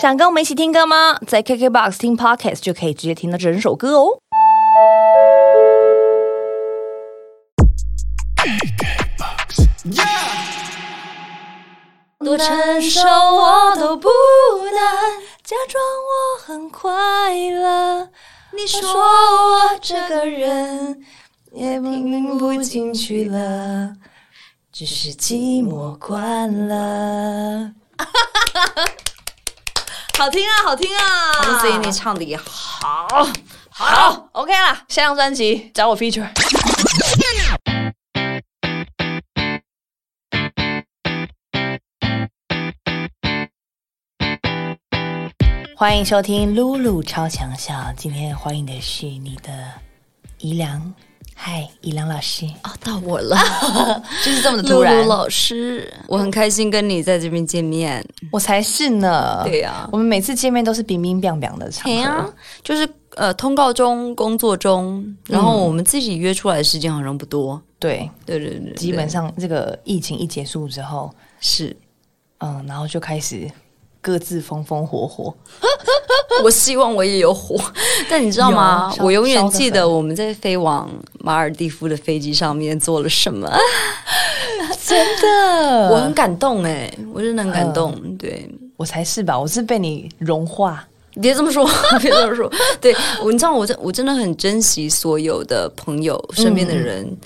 想跟我们一起听歌吗？在 KKBOX 听 Podcast 就可以直接听到整首歌哦。多承受我都不能，假装我很快乐。你说我这个人也听不进去了，只是寂寞惯了。 好听啊，好听啊！黄子怡，你唱的也好，好，OK 啦，下张专辑找我 feature。欢迎收听露露超强笑，今天欢迎的是你的宜良，嗨，宜良老师，啊，到 我了，就是这么的突露然露。老师，我很开心跟你在这边见面。我才是呢，对啊呀我们每次见面都是冰冰冰冰的哎场合， 就是呃，通告中、工作中，然后我们自己约出来的时间好像不多。对，对对对对基本上这个疫情一结束之后， 是。嗯，然后就开始各自风风火火，我希望我也有火， 但你知道吗有？烧我永远记烧得得我们在飞往马尔地夫的飞机上面做了什么，真的，我很感动哎、我真的很感动。对，我才是吧，我是被你融化，别这么说， 别这么说。对，我你知道我真我真的很珍惜所有的朋友身边的嗯人。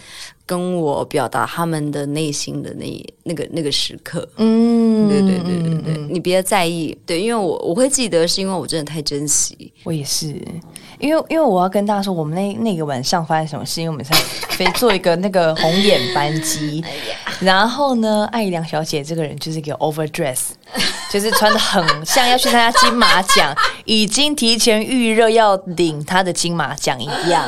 跟我表达他们的内心的那那个那个时刻，嗯，对对对对对，你别在意，对，因为我我会记得，是因为我真的太珍惜，我也是，因为因为我要跟大家说，我们那那个晚上发生什么事，因为我们在飞做一个那个红眼班 机，然后呢，艾怡良小姐这个人就是给我 overdress，就是穿的很像要去参加金马 奖，已经提前预热要领她的金马奖一样。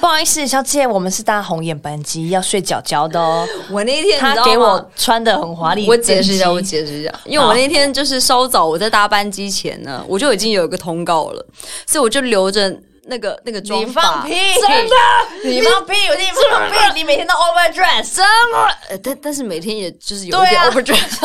不好意思，小姐，我们是搭红眼班机，要睡觉觉的 哦。我那天她给我穿的很华丽，我解释一下，真机我解释一下，因为我那天就是稍早我在搭班机前呢，我就已经有一个通告了，所以我就留着那个那个妆你发放屁，真的。你放屁，我你 放屁，你每天都 overdress。什么？呃但但是每天也就是有一对点啊 overdress，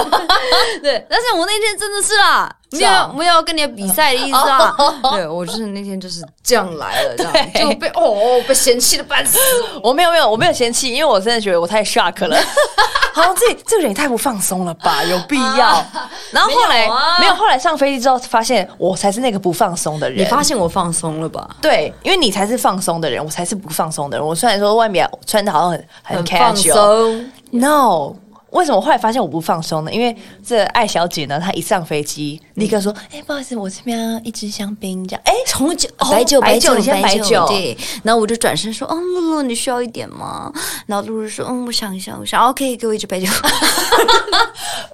对。但是我那天真的是啊，没有没有跟你比赛的意思啊。对我就是那天就是这样来了，这样哦对就被哦哦被嫌弃的半死。我没有没有，我没有嫌弃，因为我真的觉得我太 shock 了。好像这这个人也太不放松了吧，有必要。然后后来没有啊后来上飞机之后，发现我才是那个不放松的人。你发现我放松了吧？对，因为你才是放松的人，我才是不放松的人。我虽然说外面穿的好像很很很放 casual，no，松，为什么后来发现我不放松呢？因为这艾小姐呢，她一上飞机嗯立刻说：“哎、不好意思，我这边要一支香槟。”这样，哎、红酒、哦白酒、白酒白你先白酒对，然后我就转身说：“嗯，露露，你需要一点吗？”然后露露说：“嗯，我想一下，我想，OK，给我一 支白酒。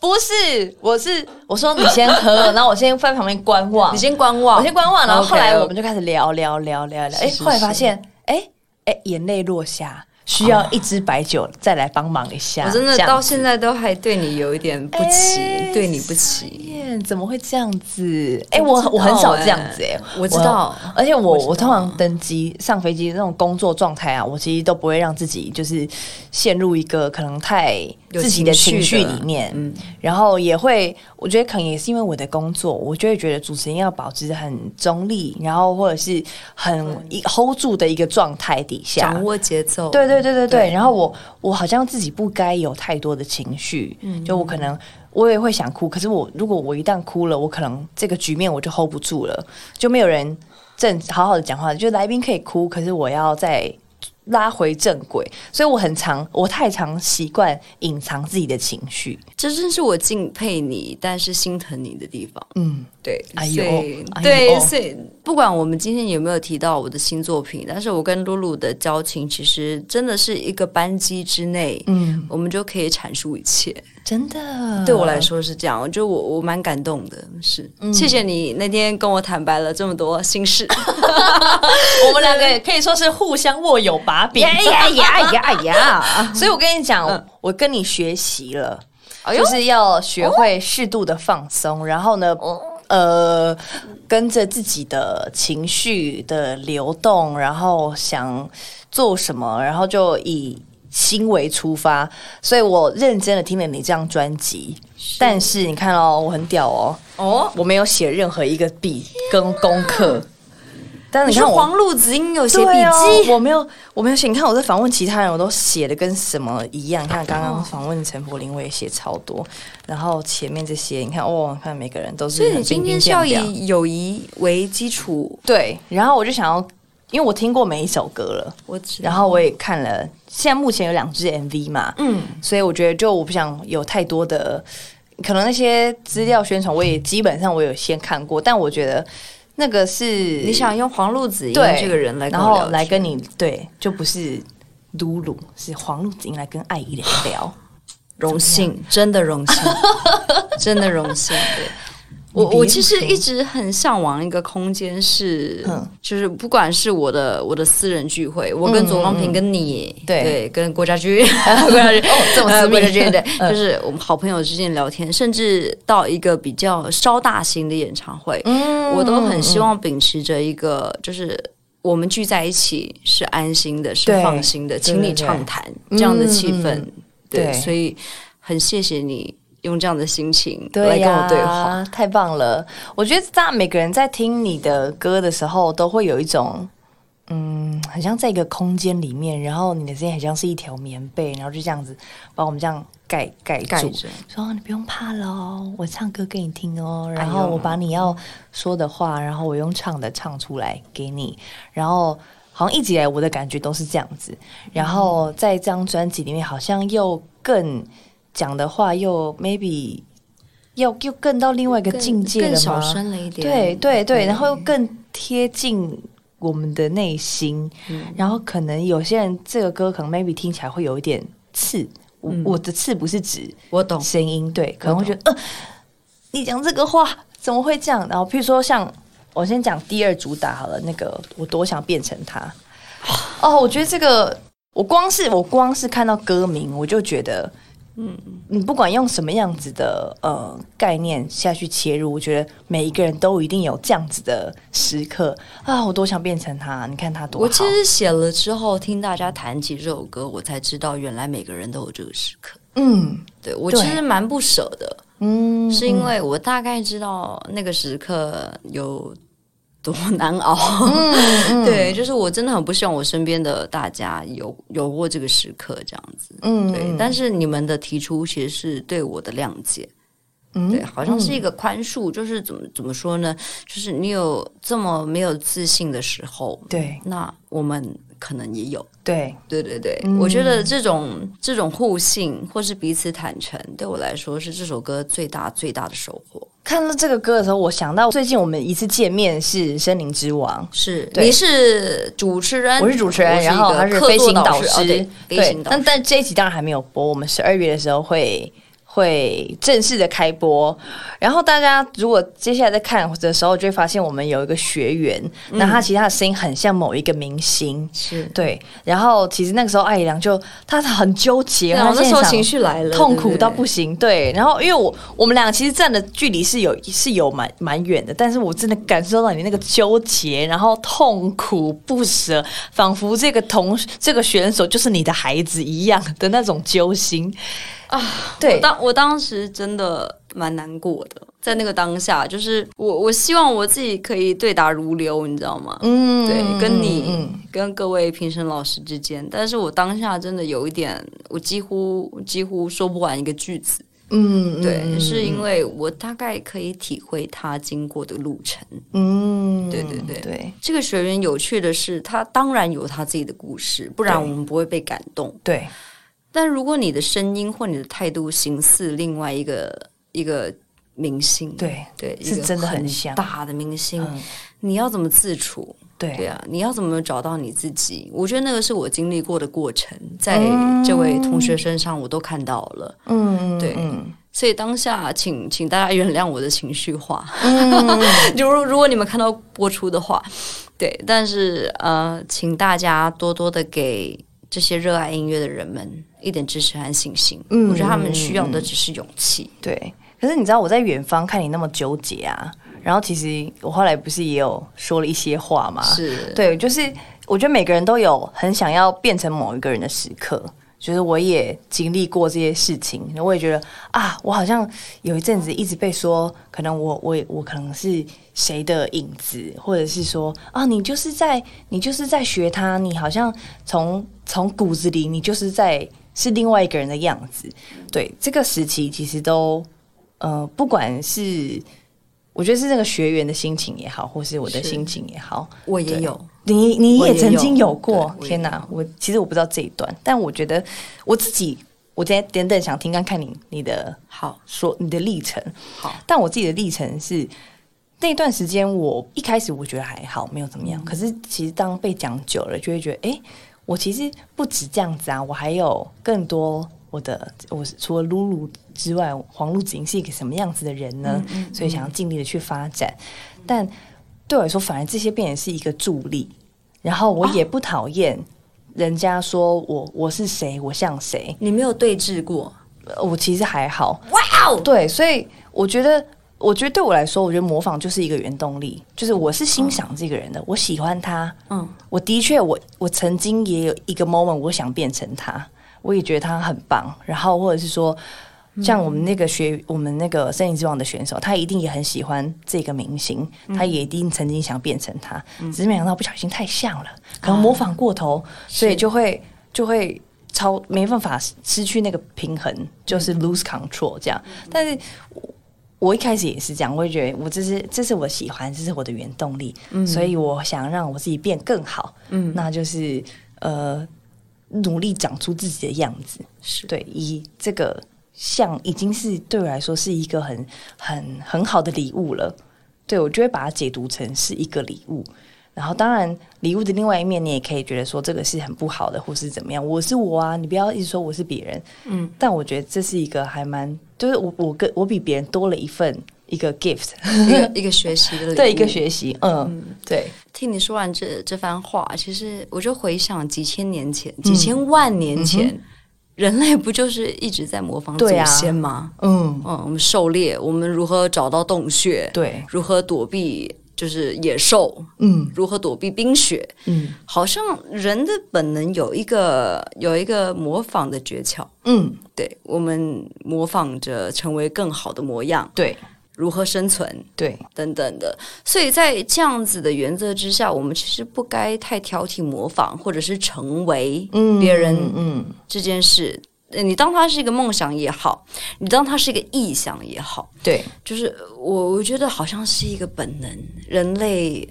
不是，我是我说你先喝，然后我先放在旁边观望。”你先观望，我先观望，然后后 OK，来 OK 我们就开始聊聊聊聊聊，哎，是后来发现，哎哎，眼泪落下，需要一支白酒再来帮忙一下。我真的这样到现在都还对你有一点不起，哎对你不起。耶怎么会这样子？哎、我不我知道我很少这样子哎、我知道而且我我知道我通常登机上飞机那种工作状态啊，我其实都不会让自己就是陷入一个可能太有自己的情情绪绪的嗯里面，然后也会我觉得可能也是因为我的工作，我就会觉得主持人要保持很中立，然后或者是很一 hold 住的一个状态底下，掌握节奏，啊对对对对对。然后我我好像自己不该有太多的情绪，就我可能我也会想哭，可是我如果我一旦哭了，我可能这个局面我就 hold 不住了，就没有人正好好的讲话，就来宾可以哭，可是我要再拉回正轨，所以我很常我太常习惯隐藏自己的情绪，这真是我敬佩你，但是心疼你的地方。嗯，对，哎所呦以哎呦对，所以不管我们今天有没有提到我的新作品，但是我跟露露的交情其实真的是一个班机之内，嗯，我们就可以阐述一切。真的对我来， 说是这样，我觉得我我蛮感动的，是、谢谢你那天跟我坦白了这么多心事。我们两个也可以说是互相握有把柄。哎呀呀呀呀！所以我跟你讲，我跟你学习了。哎呦就，是要学会适度的放松，然后呢，呃，跟着自己的情绪的流动，然后想做什么，然后就以心为出发，所以我认真的听了你这张专辑。但是你看哦，我很屌哦，哦，我没有写任何一个笔跟功课。但是你你看说我黄路子英有写笔对记，哦，我没有，我没有写。你看我在访问其他人，我都写的跟什么一样。你看刚刚访问陈柏霖，我也写超多。然后前面这些，你看哦，你看每个人都是所以很你今冰天冰是要凉凉。以友谊为基础，对，然后我就想要，因为我听过每一首歌了，我知道然后我也看了，现在目前有两支 MV 嘛，嗯，所以我觉得就我不想有太多的，可能那些资料宣传我也基本上我有先看过，但我觉得那个是你想用黄路子英对这个人来跟然我聊后天，来跟你对，就不是露露，是黄露子英来跟艾怡聊 聊。荣幸，真的荣 幸，真的荣幸。对我别我其实说一直很向往一个空间是，嗯就是不管是我的我的私人聚会，我跟左光平、跟你，嗯对跟郭家 驹，郭家驹，哦这么私呃 密郭家驹，对，嗯就是我们好朋友之间聊天，甚至到一个比较稍大型的演唱会，嗯我都很希望秉持着一个就是。我们聚在一起是安心的，是对放心的，对请你对对畅谈这样的气嗯氛，对，对所以很谢谢你用这样的心情来对跟呀、我对话。太棒了！我觉得大家每个人在听你的歌的时候，都会有一种。嗯，很像在一个空间里面，然后你的声音很像是一条棉被，然后就这样子把我们这样盖盖住，盖着说你不用怕了哦，我唱歌给你听哦，然哎后呦我把你要说的话，然后我用唱的唱出来给你，然后好像一直以来我的感觉都是这样子，嗯然后在这张专辑里面好像又更讲的话又 maybe 又又更到另外一个境界更了小吗？声了一点，对对对，然后又更贴近。我们的内心，嗯然后可能有些人这个歌可能 maybe 听起来会有一点刺，我、嗯我的刺不是指我懂。声音，对，可能会觉得，呃，你讲这个话怎么会这样？然后，譬如说像我先讲第二主打好了，那个我多想变成他。哦，我觉得这个，我光是我光是看到歌名，我就觉得，嗯，你不管用什么样子的呃概念下去切入，我觉得每一个人都一定有这样子的时刻啊，我多想变成他，你看他多好。我其实写了之后，听大家谈起这首歌，我才知道原来每个人都有这个时刻。嗯对我对其实蛮不舍的，嗯，是因为我大概知道那个时刻有多难熬。嗯 对，就是我真的很不希望我身边的大家有有过这个时刻这样子。嗯，对，但是你们的提出其实是对我的谅解，嗯对，好像是一个宽恕，就是怎么怎么说呢？就是你有这么没有自信的时候，对那我们可能也有，嗯对，对对对，嗯我觉得这种这种互信或是彼此坦诚，对我来说是这首歌最大最大的收获。看到这个歌的时候，我想到最近我们一次见面是《森林之王》，是，对你是主持人，我是主持人，我一然后个他是客飞座行导师，师，哦对，飞行导但师。但这一集当然还没有播，我们十二月的时候会会正式的开播。然后大家如果接下来在看的时候，就会发现我们有一个学员，那他其实他的声音很像某一个明星。是，对，然后其实那个时候艾怡良就他很纠结，然后他那时候现场情绪来了，痛对苦对到不行。对，然后因为我我们俩其实站的距离是有是有蛮蛮远的，但是我真的感受到你那个纠结，然后痛苦不舍，仿佛这个同这个选手就是你的孩子一样的那种揪心啊。我对，当我当时真的蛮难过的，在那个当下，就是我我希望我自己可以对答如流，你知道吗？嗯对，跟你、嗯嗯跟各位评审老师之间，但是我当下真的有一点，我几乎几乎说不完一个句子。嗯，嗯对，是因为我大概可以体会他经过的路程。嗯，对对对对这个学员有趣的是，他当然有他自己的故事，不然对我们不会被感动。对，但如果你的声音或你的态度形似另外一个一个明星，对对，是一个真的很很像大的明星，你要怎么自处？对对啊，你要怎么找到你自己？我觉得那个是我经历过的过程，在这位同学身上我都看到了。嗯，对嗯所以当下请，请大家原谅我的情绪化。嗯 就如如果你们看到播出的话，对，但是呃，请大家多多的给这些热爱音乐的人们一点支持和信心。嗯我觉得他们需要的只是勇气。对，可是你知道我在远方看你那么纠结啊，然后其实我后来不是也有说了一些话嘛，是，对，就是我觉得每个人都有很想要变成某一个人的时刻，就是我也经历过这些事情，我也觉得啊，我好像有一阵子一直被说，可能我我我可能是谁的影子，或者是说啊，你就是在你就是在学他，你好像从从骨子里你就是在是另外一个人的样子。对，这个时期其实都呃，不管是我觉得是那个学员的心情也好，或是我的是心情也好，我也有，你你我也也曾有经有对过，我也天哪！我其实我不知道这一段，但我觉得我自己，我今天等等想听看看你你的好说你的历程。好，但我自己的历程是，那段时间我一开始我觉得还好，没有怎么样。可是其实当被讲久了，就会觉得，哎、我其实不止这样子啊，我还有更多我的，我是除了露露之外，黄露子莹是一个什么样子的人呢？所以想要尽力的去发展，但对我来说，反而这些变成是一个助力。然后我也不讨厌人家说我我是谁，我像谁，你没有对峙过，呃我其实还好。哇哦，对，所以我觉得，我觉得对我来说，我觉得模仿就是一个原动力，就是我是欣赏这个人的，我喜欢他。嗯，我的确，我我曾经也有一个 moment，我想变成他，我也觉得他很棒。然后或者是说，像我们那个学，我们那个森林之王的选手，他一定也很喜欢这个明星，他也一定曾经想变成他，只是没想到不小心太像了，可能模仿过头，所以就会就会超没办法失去那个平衡，就是 lose control 这样。但是我我一开始也是这样，我会觉得我这是这是我喜欢，这是我的原动力，所以我想让我自己变更好，嗯，那就是呃努力长出自己的样子，是对，以这个像已经是对我来说是一个很很很好的礼物了。对我就会把它解读成是一个礼物。然后当然，礼物的另外一面，你也可以觉得说这个是很不好的，或是怎么样。我是我啊，你不要一直说我是别人。嗯，但我觉得这是一个还蛮，就是我我跟我比别人多了一份一个 gift， 一个一个学习的礼 物对一个学习。嗯，对，听你说完这这番话，其实我就回想几千年前、嗯几千万年前，人类不就是一直在模仿祖对啊先吗？嗯，嗯，我们狩猎，我们如何找到洞穴，对，如何躲避就是野兽，嗯如何躲避冰雪，嗯好像人的本能有一个有一个模仿的诀窍。嗯，对我们模仿着成为更好的模样，对如何生存，对，等等的。所以在这样子的原则之下，我们其实不该太挑剔模仿或者是成为嗯别人嗯这件事。呃你当它是一个梦想也好，你当它是一个意向也好，对，就是我我觉得好像是一个本能，人类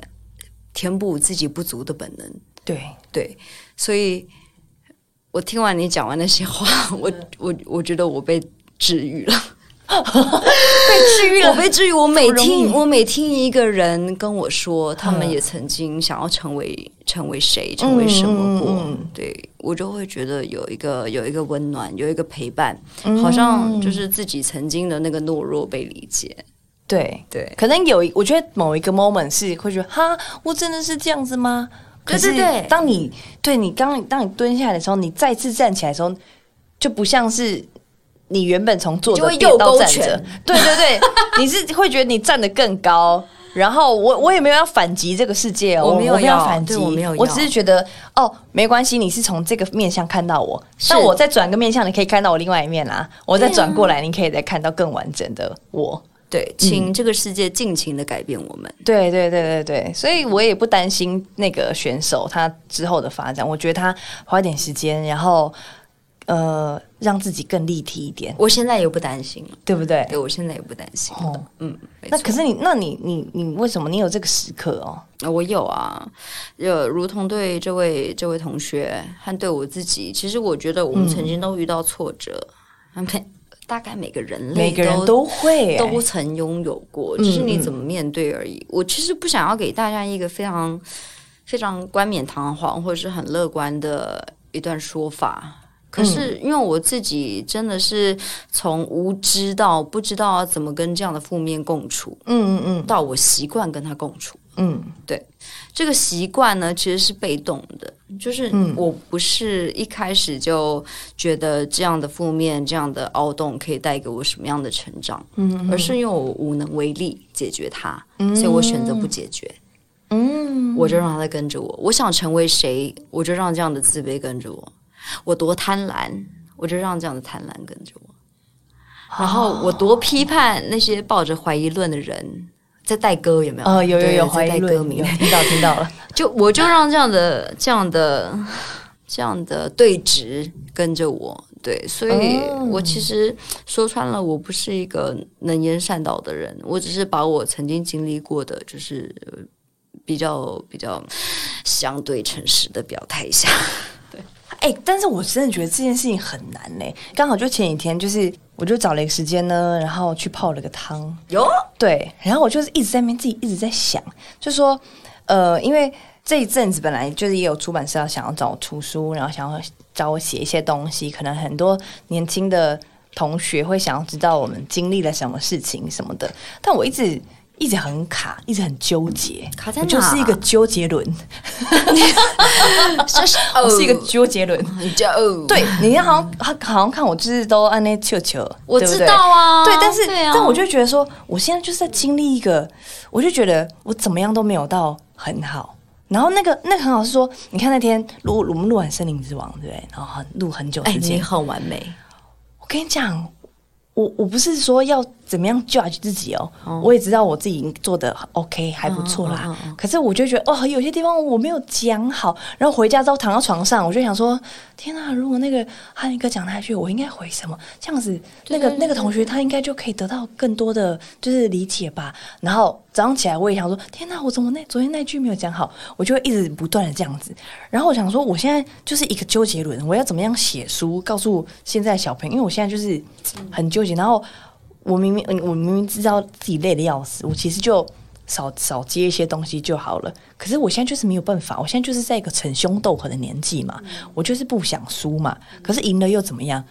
填补自己不足的本能。对，对，所以我听完你讲完那些话，我嗯我我觉得我被治愈了。 被治愈我。被至于我每容易嗯听我每听一个人跟我说，他们也曾经想要成为成为谁，成为什么过，嗯嗯对我就会觉得有一个有一个温暖，有一个陪伴，嗯好像就是自己曾经的那个懦弱被理解。对，对，可能有一，我觉得某一个 moment 是会觉得，哈，我真的是这样子吗？对可是对对当你对你刚当你蹲下来的时候，你再次站起来的时候，就不像是你原本从坐着你就会变到右勾站着拳，对对 对，你是会觉得你站得更高。然后我我也没有要反击这个世界哦，我我没有要要反击，对我没有我要只是觉得哦，没关系，你是从这个面向看到我，是但我再转个面向，你可以看到我另外一面啦、我再对啊转过来，你可以再看到更完整的我。对，请这个世界尽情的改变我们。对对对对对，所以我也不担心那个选手他之后的发展。我觉得他花一点时间，然后呃，让自己更立体一点，我现在也不担心了，对不对？哎对我现在也不担心了。哦，嗯，没那错可是你，那你你你为什么你有这个时刻哦？呃我有啊，呃，如同对这位这位同学和对我自己，其实我觉得我们嗯曾经都遇到挫折，每大概每个人类每个人都都会、都欸，曾拥有过，嗯只是你嗯怎么面对而已。我其实不想要给大家一个非常非常冠冕堂皇或者是很乐观的一段说法。嗯可是，因为我自己真的是从无知到不知道怎么跟这样的负面共处，嗯嗯到我习惯跟他共处。嗯这个习惯呢，其实是被动的，就是我不是一开始就觉得这样的负面、这样的凹洞可以带给我什么样的成长，嗯，而是因为我无能为力解决它，所以我选择不解决，嗯嗯，我就让它跟着我。我想成为谁，我就让这样的自卑跟着我。我多贪婪，我就让这样的贪婪跟着我。然哦后我多批判那些抱着怀疑论的人，在带歌有没有？哦，有有对有在怀疑带论，歌有名， 听到听到了，就我就让这样的、这样的、这样的对峙跟着我，对，所以哦我其实说穿了，我不是一个能言善道的人，我只是把我曾经经历过的，就是呃比较比较相对诚实的表态 一下。哎、但是我真的觉得这件事情很难呢、刚好就前几天，就是我就找了一个时间呢，然后去泡了个汤，有对，然后我就是一直在那边自己一直在想，就说，呃，因为这一阵子本来就是也有出版社要想要找我出书，然后想要找我写一些东西，可能很多年轻的同学会想要知道我们经历了什么事情什么的，但我一直。一直很卡，一直很纠结，卡在我就是哪一个纠结轮，这是我是一个纠结轮。就哦， 对，你好像好好像看我就是都按那球球，我对不知对道啊，对，但是、对啊、但我就觉得说，我现在就是在经历一个，我就觉得我怎么样都没有到很好。然后那个那个很好是说，你看那天录我们录完《森林之王》对不对？然后很录很久哎，时间，你很完美，我跟你讲，我我不是说要怎么样 judge 自己哦，我也知道我自己做的 OK 还不错啦。嗯嗯嗯可是我就觉得哦，有些地方我没有讲好，然后回家之后躺到床上，我就想说，天啊，如果那个汉尼哥讲下去，我应该回什么？这样子，那个那个同学他应该就可以得到更多的就是理解吧。然后早上起来我也想说，天哪，我怎么那昨天那句没有讲好？我就会一直不断的这样子。然后我想说，我现在就是一个纠结轮，我要怎么样写书告诉现在的小朋友？因为我现在就是很纠结，然后。我明明嗯我明明知道自己累得要死，我其实就少少接一些东西就好了。可是我现在就是没有办法，我现在就是在一个逞凶斗狠的年纪嘛，我就是不想输嘛。可是赢了又怎么样？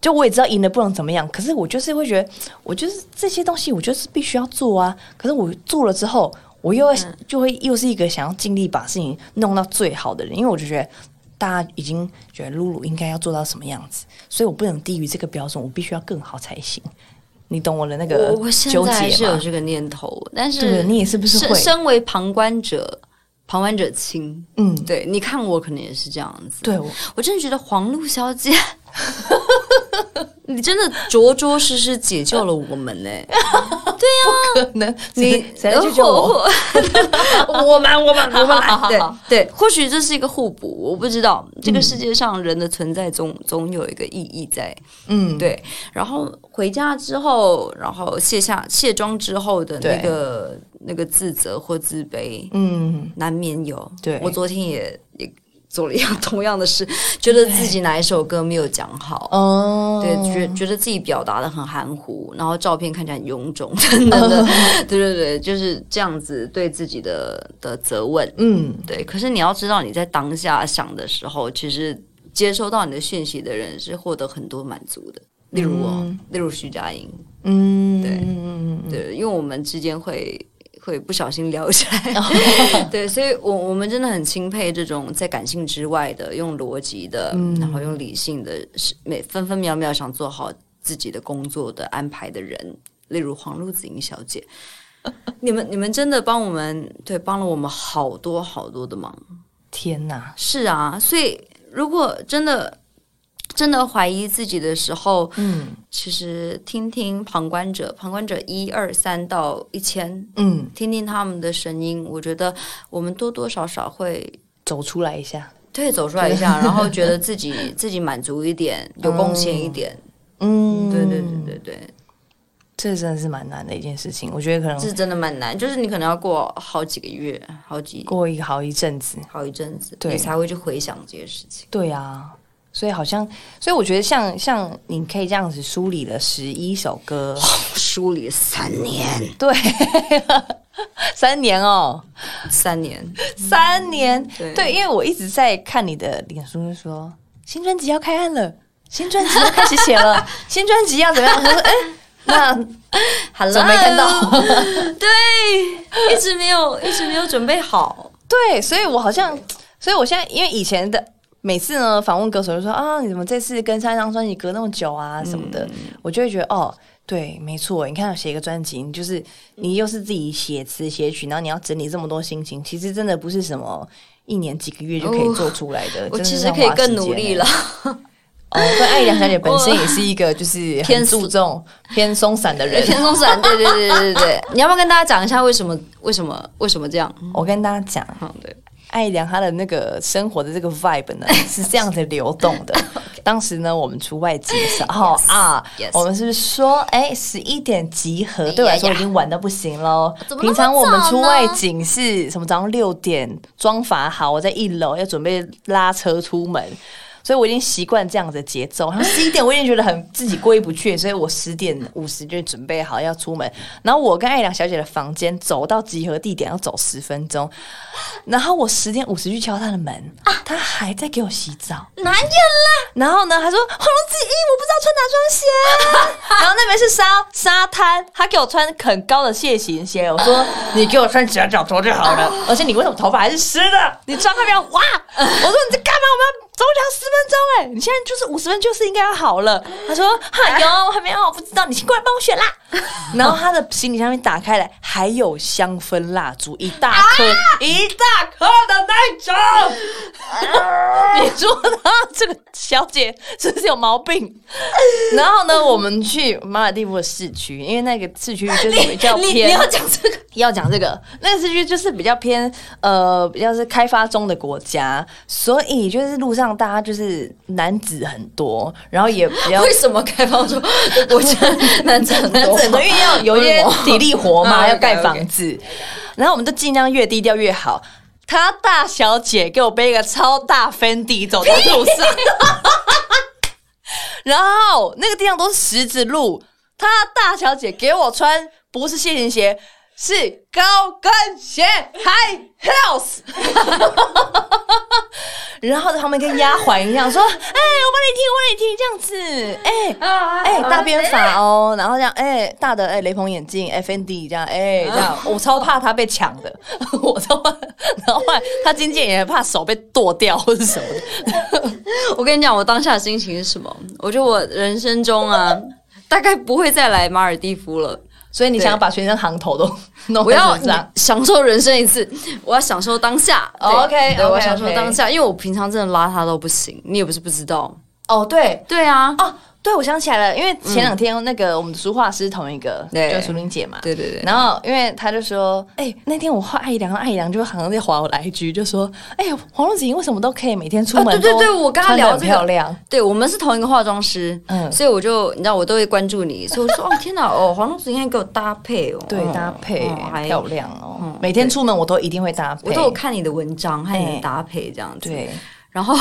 就我也知道赢了不能怎么样，可是我就是会觉得，我就是这些东西我就是必须要做啊。可是我做了之后，我又要就会又是一个想要尽力把事情弄到最好的人，因为我就觉得。大家已经觉得露露应该要做到什么样子，所以我不能低于这个标准，我必须要更好才行。你懂我的那个我我现纠在还是结有吗？这个念头，但对是你也是不是身会身为旁观者，旁观者清，嗯对，你看我可能也是这样子。对，我我真的觉得黄璐小姐， 你真的着着实实解救了我们 呢、可 能你哦谁谁来救救 我？啊我们我们我们对来，对对，或许这是一个互补，我不知道这个世界上人的存在总总有一个意义在，嗯，对，然后回家之后，然后卸下卸妆之后的那对个那个自责或自卑，嗯，难免有。对我昨天也也做了一样同样的事，觉得自己哪一首歌没有讲好。哦，对，觉觉得自己表达的很含糊，然后照片看起来很臃肿，等等 的，对对对，就是这样子对自己的的责问。嗯，对，可是你要知道，你在当下想的时候，其实接收到你的讯息的人是获得很多满足的。例如我，例如徐佳莹，嗯，对嗯，对，因为我们之间会会不小心聊起来，哦 对，所以我我们真的很钦佩这种在感性之外的，用逻辑的，嗯然后用理性的，是每分分秒秒想做好自己的工作的安排的人，例如黄璐子莹小姐。你们你们真的帮我们对帮了我们好多好多的忙，天哪，是啊，所以如果真的真的怀疑自己的时候，嗯其实听听旁观者，旁观者一二三到一千，嗯，听听他们的声音，我觉得我们多多少少会。走出来一下，对，走出来一下，然后觉得自己自己满足一点，有贡献一点。嗯，对对对对对，这真的是蛮难的一件事情，我觉得可这能真的蛮难，就是你可能要过好几个月、好几过一个好一阵子，好一阵子，对你才会去回想这些事情。对啊，所以好像，所以我觉得像像你可以这样子梳理了十一首 歌，梳理了三年，对，三年哦，三年，三年，对因为我一直在看你的脸书，就说新专辑要开案了，新专辑要开始写 了，新专辑要怎么样？我说，哎、那好了，怎么没看 到？对，一直没有，一直没有准备好。对，所以我好像，所以我现在因为以前的每次呢访问歌手就说啊，你怎么这次跟上一张专辑隔那么久嗯啊什么的，我就会觉得哦。对，没错，你看写一个专辑，你就是你又是自己写词写曲，然后你要整理这么多心情，其实真的不是什么一年几个月就可以做出来的。哦真我的其是实要可以花更时努间力欸 了。哦，但艾良小姐本身也是一个就是偏很注重 偏松散的人。天松散，对对对对对 对，你要不要跟大家讲一下为什么为什么为什么这样？我跟大家讲，好，对，艾良她的那个生活的这个 vibe 呢是这样子流动的。当时呢，我们出外景的时候 Yes, 啊 yes 我们是不是说，哎，十一点集合？对我来说呀已经晚到不行喽怎。么那么平常我们早出呢外景是什么？早上六点妆发好，我在一楼要准备拉车出门。所以我已经习惯这样子的节奏， 然后十一点我已经觉得很自己过意不去，所以我十点五十就准备好要出门。然后我跟艾良小姐的房间走到集合地点要走十分钟，然后我十点五十去敲她的门，她还在给我洗澡。难演啦！然后呢，她说黄龙子衣我不知道穿哪双鞋。啊 然后那边是沙沙滩，她给我穿很高的蟹形鞋，我说你给我穿夹脚拖就好了。而且你为什么头发还是湿的？你抓快点哇！我说你在干嘛？我们要走两十分钟哎、你现在就是五十分就是应该要好了。她说哎呦还没有，我不知道，你先过来帮我选啦。然后她的行李箱面打开来，还有香氛蜡烛一大颗、一大颗的那种。你说她 这个小姐是不是有毛病？ 然后呢，我们去马尔蒂夫的市区，因为那个市区就是比较你偏。你要讲这个，要讲这个，那个市区就是比较偏呃，比较是开发中的国家，所以就是路上大家就是男子很多，然后也比较 为什么开放说 国家男子很男多子很多，因为要有一些体力活嘛，嗯要盖 OK，OK 房子，然后我们就尽量越低调越好。她大小姐给我背一个超大 Fendi 走在路上，然后那个地上都是石子路，她大小姐给我穿不是谢型鞋，是高跟鞋 High heels。然后他们跟丫鬟一样说：“哎、我帮你踢，我帮你踢，这样子，哎、啊哎、大编发哦，然后这样，哎、大的哎、雷朋眼镜，FND 这样，哎、哦这样，我超怕他被抢的， 我超怕。然后后来他经纪人也怕手被剁掉或是什么的， 我跟你讲，我当下的心情是什么？我觉得我人生中啊，大概不会再来马尔蒂夫了。所以你想要把学生行 头都弄我要成这样。享受人生一次，我要享受当下。对 OK，对 OK，我要享受 OK 当下，因为我平常真的邋遢到不行，你也不是不知道。哦，对，对啊，哦，对，我想起来了，因为前两天那个我们的书画师同一个，嗯对就是竹林姐嘛，对对对然后因为他就说，哎、那天我画艾良，艾良就好像在划我的 IG，就说，哎、黄龙子莹为什么都可以每天出门、啊对对对我跟她聊这个漂亮，对我们是同一个化妆师，嗯所以我就你知道我都会关注你，所以我就说 哦天哪，哦黄宗子应该给我搭配哦，对，嗯搭配、哦还漂亮哦、每天出门我都一定会搭配，我都有看你的文章和你的搭配这样子，对然后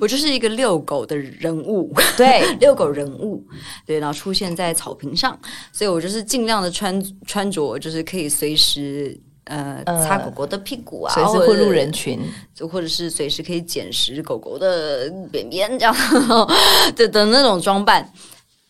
我就是一个遛狗的人物，对 遛狗人物，对，然后出现在草坪上，所以我就是尽量的穿穿着，就是可以随时。呃，呃擦狗狗的屁股啊，随时或者混入人群，或者是随时可以捡拾狗狗的便便这样的的那种装扮，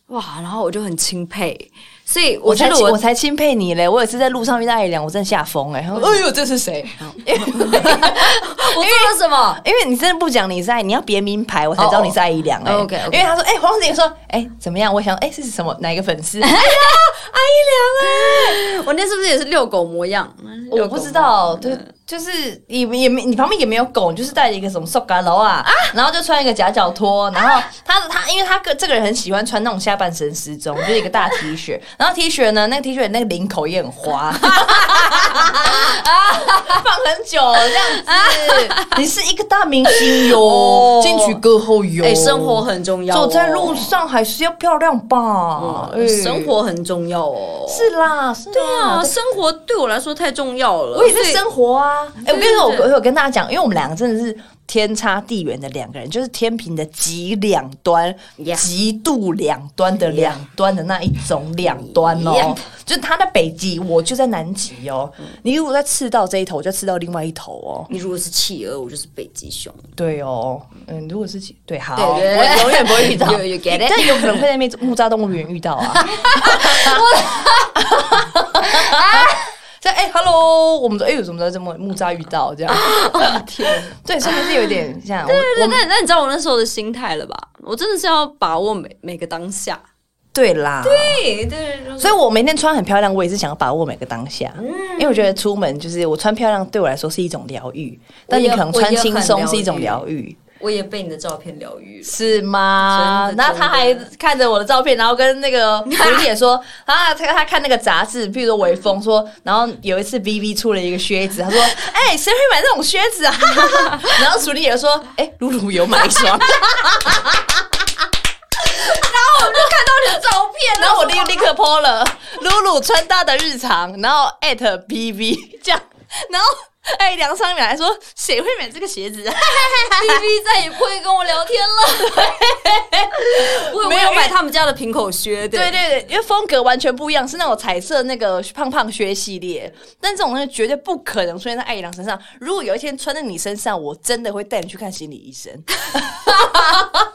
哇！然后我就很钦佩，所以我觉才得钦我我才钦佩你嘞！我也是在路上遇到艾良，我真的吓疯哎！哎呦，这是谁？我做了什么？因为你真的不讲你是爱，你要别名牌，我才知道你是爱姨良哎、哦哦 OK，OK 因为他说，哎、黄子莹说，哎、怎么样？我想，哎、是什么哪一个粉丝？哎呀，阿姨我那是不是也是遛狗模样？良哎、我不知道，对，嗯就是你也没你旁边也没有狗，你就是带着一个什么塑胶楼啊，然后就穿一个夹脚拖，然后他他因为他个这个人很喜欢穿那种下半身失踪，就是一个大 T 恤，然后 T 恤呢，那个 T 恤那个领口也很花， 啊放很久这样子，你是一个大明星哟啊哦，金曲歌后哟，哎、生活很重要、哦走在路，上还是要漂亮吧，哎嗯生活很重要哦。是啦，是对啊，啦。生活对我来说太重要了。我也在所以生活啊！哎、我跟你说，对对我对我有跟大家讲，因为我们两个真的是天差地远的两个人，就是天平的极两端 Yeah 极度两端的两端的那一种两端哦 Yep 就是他在北极，我就在南极哦。你如果在赤道这一头，我就赤道另外一头哦。你如果是企鹅，我就是北极熊。对哦，嗯，如果是极对，好，对对对我永远不会遇到 You- you get it 但有可能会在那木栅动物园遇到 啊。 在哎、h e l l o 我们说哎、有什么在这木木栅遇到这样？哦天，对，所以就是有点像我对对，我那那你知道我那时候的心态了吧？我真的是要把握每每个当下。对啦，对对，就是所以我每天穿很漂亮，我也是想要把握每个当下，嗯因为我觉得出门就是我穿漂亮对我来说是一种疗愈，但你可能穿轻松是一种疗愈，我也 被你的照片疗愈了。是吗？真的然后他还看着我的照片，然后跟那个云姐说 啊，他他看那个杂志，譬如说微风说，然后有一次 VV 出了一个靴子，他 说，哎、谁会买这种靴子啊？然后楚丽也说，哎、露露有 买一双。我就看到你的照 片然后我立立刻 po 了露露穿搭的日常，然后 at BB 这样，然后哎梁商远还说谁会买这个鞋子啊？ B B 再也不会跟我聊天了。 我我没有有买他们家的平口靴，对对对，因为风格完全不一样，是那种彩色那个胖胖靴系列，但这种东西绝对不可能出现在艾怡良身上。如果有一天穿在你身上，我真的会带你去看心理医生。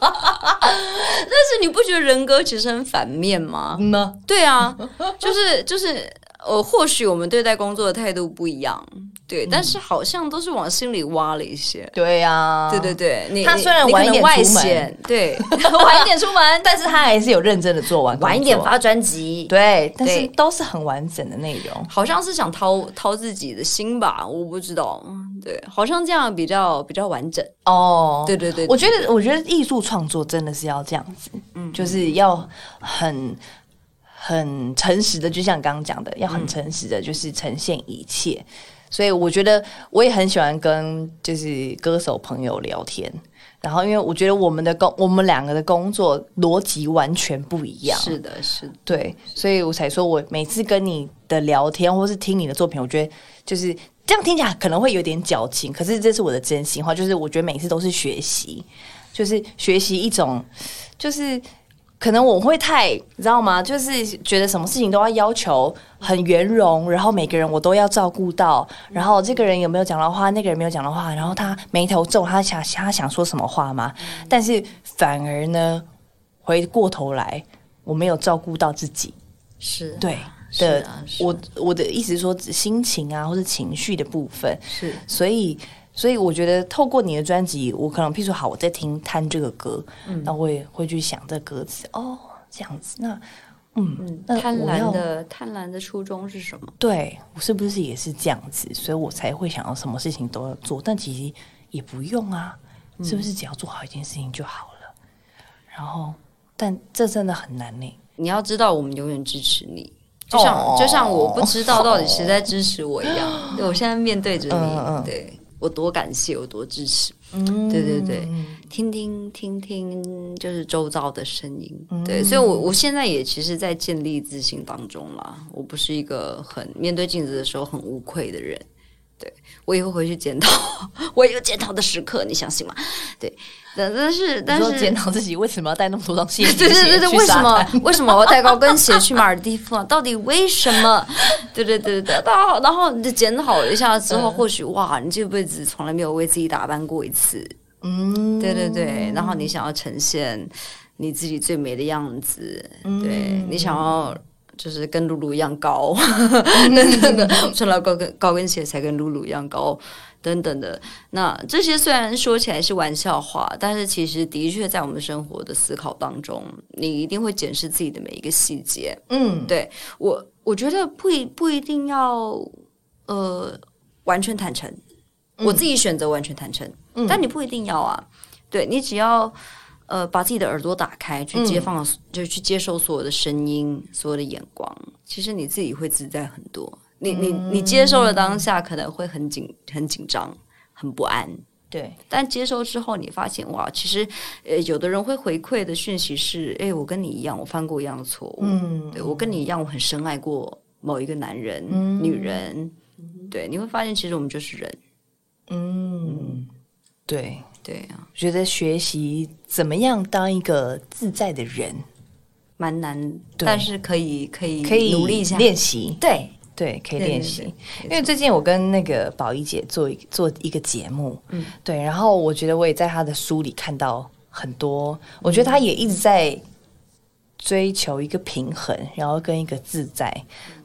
但是你不觉得人格其实很反面吗？ 嗯呢，对啊， 就是就是呃，或许我们对待工作的态度不一样，嗯对，但是好像都是往心里挖了一些。对呀、啊，对对。对，你他你虽然你晚一可能点外出门显， 对， 晚一点出门，但是他还是有认真的做完工作，晚一点发专辑，对，但是对都是很完整的内容。好像是想掏掏自己的心吧，我不知道，对，好像这样比较比较完整。哦，对对对嗯我觉得我觉得艺术创作真的是要这样子，就是要很很诚实的，就像刚刚讲的，要很诚实的，就是呈现一切。所以我觉得我也很喜欢跟就是歌手朋友聊天。然后，因为我觉得我们的工，我们两个的工作逻辑完全不一样，是的，是的，对，所以我才说我每次跟你的聊天，或是听你的作品，我觉得就是这样听起来可能会有点矫情，可是这是我的真心话，就是我觉得每次都是学习，就是学习一种，就是可能我会太，你知道吗？就是觉得什么事情都要要求很圆融，然后每个人我都要照顾到，然后这个人有没有讲到话，那个人没有讲到话，然后他眉头皱，他想他想说什么话吗？但是反而呢，回过头来。我没有照顾到自己，是，对是的，啊是我我的意思是说心情啊，或是情绪的部分，是所以所以我觉得透过你的专辑，我可能譬如说好，我在听《贪》这个歌，嗯那我也会去想这歌词，哦，这样子，那嗯，那贪我婪要的贪婪的初衷是什么？对我是不是也是这样子，所以我才会想要什么事情都要做，但其实也不用啊，嗯是不是只要做好一件事情就好了？然后，但这真的很难呢、你要知道，我们永远支持你，就像、哦就像我不知道到底谁在支持我一样。对我现在面对着你，嗯嗯对我多感谢，我多支持。嗯对对对，听听听听，就是周遭的声音。嗯对，所以我，我现在也其实，在建立自信当中啦。我不是一个很面对镜子的时候很无愧的人。对我也会回去检讨， 我也有检讨的时刻，你相信吗？对，但但是但你说是检讨自己为什么要带那么多双 鞋？对对对对，去为什沙么滩为什么我带高跟鞋去马尔地夫啊？到底为什么？ 对对对对对，然后然后你就检讨一下之后，或许哇，你这辈子从来没有为自己打扮过一次。嗯，对对对，然后你想要呈现你自己最美的样子，对你想要。就是跟露露一样高， 等等的，穿了高跟高跟鞋才跟露露一样高，等等的。那这些虽然说起来是玩笑话，但是其实的确在我们生活的思考当中，你一定会检视自己的每一个细节。嗯，对我，我觉得不一不一定要呃完全坦诚，我自己选择完全坦诚，但你不一定要啊。对你只要呃把自己的耳朵打开，去接放，就去接受所有的声音、所有的眼光，其实你自己会自在很多。你你你接受了当下，可能会很紧、很紧张、很不安，对，但接收之后，你发现哇，其实呃，有的人会回馈的讯息是，哎，我跟你一样，我犯过一样的错误，嗯，对我跟你一样，我很深爱过某一个男人、嗯女人，对，你会发现其实我们就是人，对，对啊，觉得学习怎么样当一个自在的人，蛮难，对但是可以可以可以努力一下，练习，对，对，可以对练对习因对。为最近我跟那个宝仪姐做一做一个节目，嗯，对，然后我觉得我也在她的书里看到很多，我觉得她也一直在追求一个平衡，然后跟一个自在，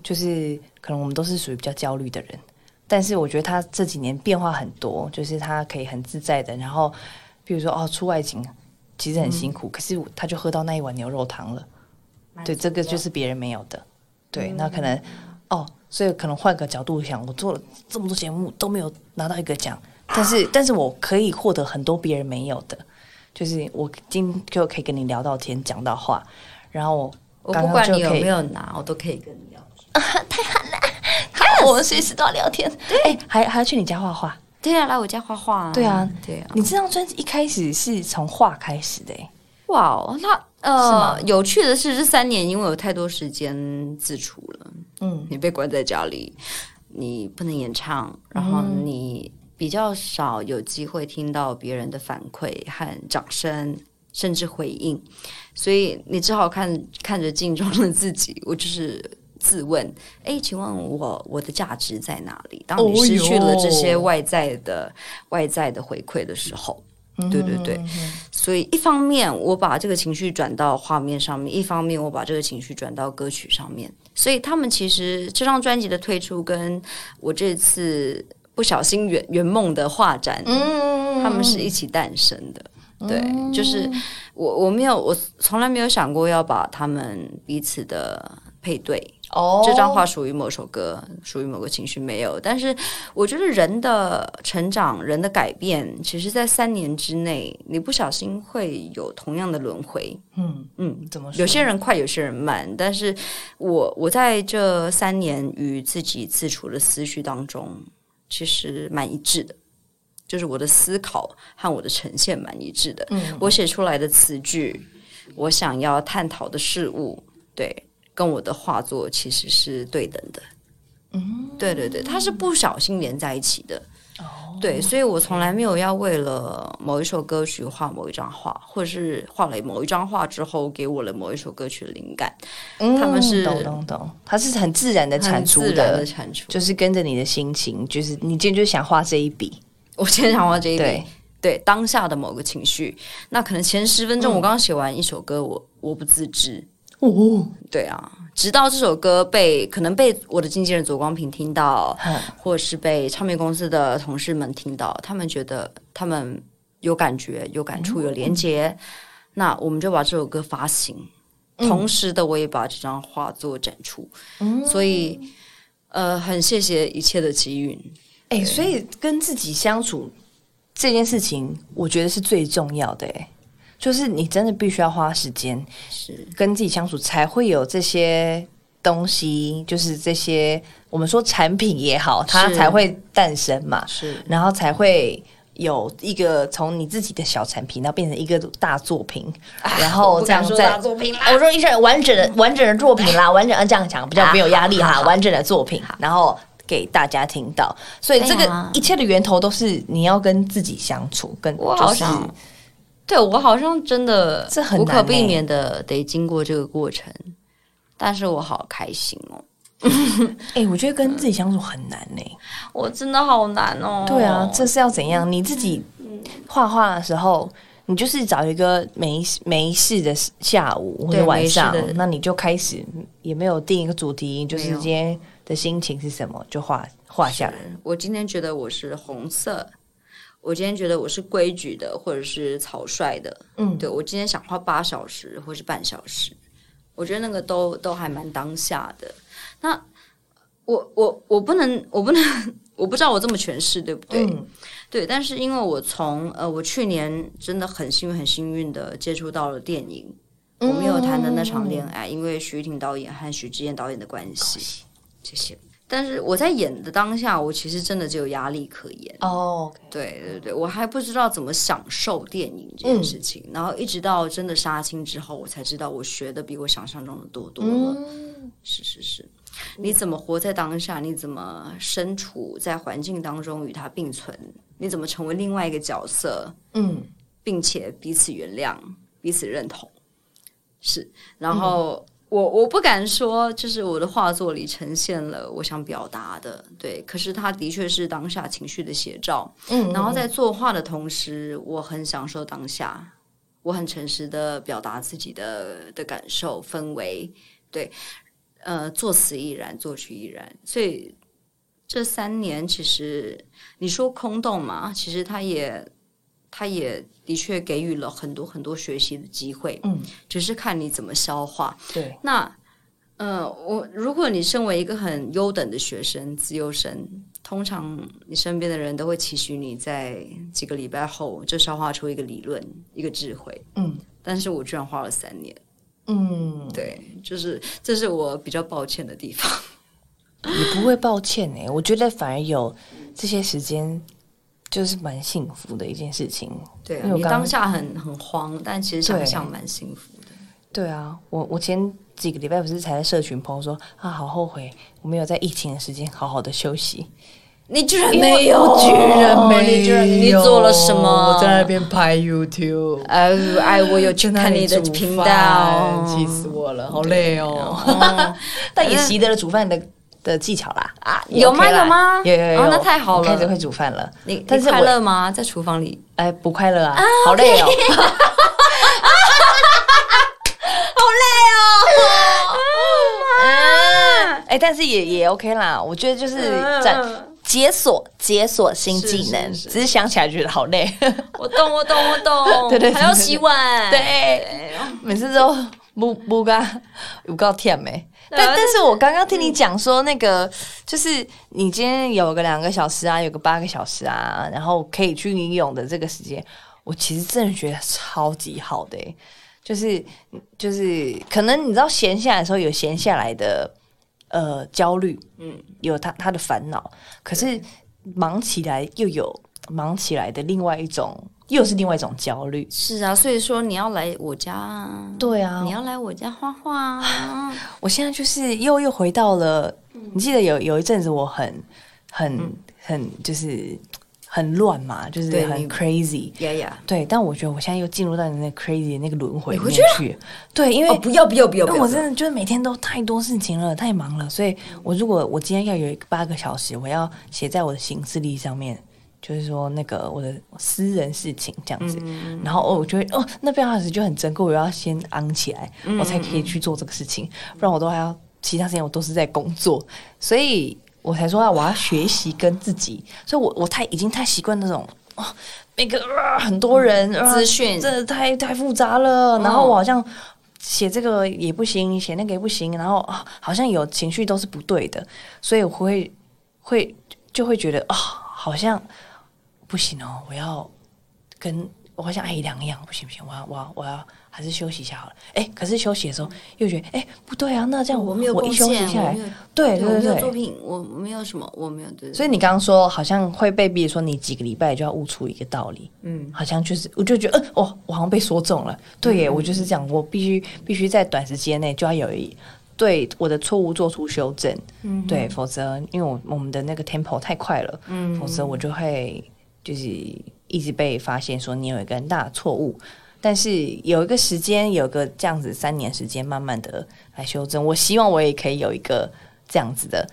就是可能我们都是属于比较焦虑的人，但是我觉得她这几年变化很多，就是她可以很自在的，然后嗯比如说哦出外景其实很辛苦，可是我她就喝到那一碗牛肉汤了。蛮对，足这个的就是别人没有的。对，那可嗯能哦，所以可能换个角度想，我做了这么多节目都没有拿到一个奖，但是但是我可以获得很多别人没有的，就是我今就可以跟你聊到天，讲到话，然后我我刚刚不管就你有可以没有拿，我都可以跟你聊。好，我们随时都要聊天。哎、还还要去你家画画？对啊，来我家画画、啊。对啊，对啊。你这张专辑一开始是从画开始的、哎哇哦，那呃，有趣的是这三年，因为有太多时间自处了，嗯，你被关在家里，你不能演唱，然后嗯你比较少有机会听到别人的反馈和掌声，甚至回应，所以你只好看看着镜中的自己，我就是。自问，哎，请问我我的价值在哪里？当你哦失去了这些哟外在的、外在的回馈的时候，嗯对对对，所以一方面我把这个情绪转到画面上面，一方面我把这个情绪转到歌曲上面。所以他们其实这张专辑的推出，跟我这次不小心圆圆梦的画展，嗯他们是一起诞生的。对，就是我我没有我从来没有想过要把他们彼此的配对哦这张画属于某首歌，属于某个情绪没有。但是我觉得人的成长、人的改变，其实在三年之内，你不小心会有同样的轮回。嗯嗯，怎么说？有些人快，有些人慢。但是我我在这三年与自己自处的思绪当中，其实蛮一致的，就是我的思考和我的呈现蛮一致的。嗯我写出来的词句，我想要探讨的事物，对，跟我的画作其实是对等的。嗯，对对对，它是不小心连在一起的。哦，对，所以我从来没有要为了某一首歌曲画某一张画，或者是画了某一张画之后给我了某一首歌曲的灵感，嗯他们是懂懂懂，它是很自然的产出很自然的的，产出。就是跟着你的心情，就是你今天就想画这一笔，我先想画这一对嗯笔，对当下的某个情绪，那可能前十分钟我刚刚写完一首歌，我我不自知，哦，对啊，直到这首歌被可能被我的经纪人左光平听到，嗯或者是被唱片公司的同事们听到，他们觉得他们有感觉、有感触、有连结，那我们就把这首歌发行。同时的，我也把这张画作展出，所以呃，很谢谢一切的机遇。哎、所以跟自己相处这件事情，我觉得是最重要的、哎，就是你真的必须要花时间是跟自己相处，才会有这些东西，就是这些我们说产品也好，它是才会诞生嘛，是，然后才会。有一个从你自己的小产品，然后变成一个大作品，啊然后这样再作品啦我说一下完整嗯的完整的作品啦，呃完整的这样讲比较没有压力好好哈，好完整的作品，然后给大家听到。所以这对个啊一切的源头都是你要跟自己相处，跟我就好是像，对我好像真的这很无难可欸避免的得经过这个过程，但是我好开心哦，哎，我觉得跟自己相处很难呢。我真的好难哦。对啊，这是要怎样？你自己嗯画画的时候。你就是找一个没没事的下午或者对晚上没事的，那你就开始也没有定一个主题，就是没有今天的心情是什么，就画画下来。我今天觉得我是红色，我今天觉得我是规矩的，或者是草率的，嗯对我今天想花八小时或是半小时，我觉得那个都都还蛮当下的。那我我我不能，我不能，我不知道我这么诠释对不对？嗯对，但是因为我从呃，我去年真的很幸运、很幸运的接触到了电影，嗯我没有谈的那场恋爱，因为徐玉婷导演和许志燕导演的关系，谢谢。但是我在演的当下，我其实真的只有压力可言。哦，对对对，我还不知道怎么享受电影这件事情，然后一直到真的杀青之后，我才知道我学的比我想象中的多多了。是是是，你怎么活在当下？你怎么身处在环境当中与它并存？你怎么成为另外一个角色，嗯，并且彼此原谅、彼此认同？是，然后。我我不敢说，就是我的画作里呈现了我想表达的，对。可是它的确是当下情绪的写照，嗯然后在作画的同时，我很享受当下，我很诚实的表达自己的的感受氛围，对，呃，作词亦然，作曲亦然。所以这三年其实你说空洞嘛，其实它也他也的确给予了很多很多学习的机会，嗯，只是看你怎么消化。对，那，呃，我如果你身为一个很优等的学生、自由生，通常你身边的人都会期许你在几个礼拜后就消化出一个理论、一个智慧。嗯但是我居然花了三年，嗯，对，就是这是我比较抱歉的地方。 也不会抱歉哎、我觉得反而有这些时间，就是蛮幸福的一件事情。对、因为啊，我你刚当下很很慌，但其实想对想蛮幸福的。对啊，我我前几个礼拜不是才在社群朋友说啊，好后悔我没有在疫情的时间好好的休息，你居然居然没有，你居然你做了什么？哎我在那边拍 YouTube，哎呃哎，我有去在那看里你的煮频饭道，气死我了，好累哦。但也习得了煮饭的的技巧啦啊，也有 OK 吗啦有吗有有有，哦那太好我开了始会煮饭了。你但你是快我乐吗？在厨房里，哎不快乐啊，好累哦。好哦 累哦。哎，但是也也 OK 啦，我觉得就是嗯展解锁解锁新是技是能，是只是想起来觉得好累。我懂，我懂，我懂。 对对对还要洗碗。对， 每次都不不嘎，有够甜美。对但啊但是我刚刚听你讲说，那个就是你今天有个两个小时啊，有个八个小时啊，然后可以去游泳的这个时间，我其实真的觉得超级好的欸、就是就是可能你知道闲下来的时候有闲下来的呃焦虑，嗯，有他他的烦恼，可是忙起来又有忙起来的另外一种，又是另外一种焦虑。是啊，所以说你要来我家，对啊，你要来我家画画。我现在就是又又回到了，嗯你记得有有一阵子我很很、很就是很乱嘛，就是对很你 crazy。 呀呀，对，但我觉得我现在又进入到那个 crazy 的那个轮回里你面回去。对，因为、哦，不要不要不要！因不为要我真的就是每天都太多事情了，太忙了，所以我如果我今天要有一个八个小时，我要写在我的行事历上面，就是说那个我的私人事情这样嗯子。然后哦，我觉得哦，那半小时就很珍贵，我要先昂起来，嗯我才可以去做这个事情，不然我都还要其他时间我都是在工作，所以我才说啊，我要学习跟自己，所以我我太已经太习惯那种。哦，那个、啊很多人啊资讯真的太太复杂嗯了，然后我好像写这个也不行，写那个也不行，然后啊，好像有情绪都是不对的，所以我会会就会觉得啊，好像不行哦，我要跟我好像艾姨良一样，不行不行，我要我要我要还是休息一下好了。哎，可是休息的时候又觉得哎不对啊，那这样哦我没有我一贡休息献下我来没有，对我对没有对对。作品，我我没有什么，我没有对。所以你刚刚说好像会被逼说你几个礼拜就要悟出一个道理，嗯，好像就是，我就觉得，嗯，哦，我好像被说中了。对耶，我就是这样，我必须必须在短时间内就要有一对我的错误做出修正，嗯，对，否则因为我我们的那个 tempo 太快了，嗯，否则我就会就是一直被发现说你有一个很大的错误。但是有一个时间，有个这样子三年时间，慢慢的来修正。我希望我也可以有一个这样子的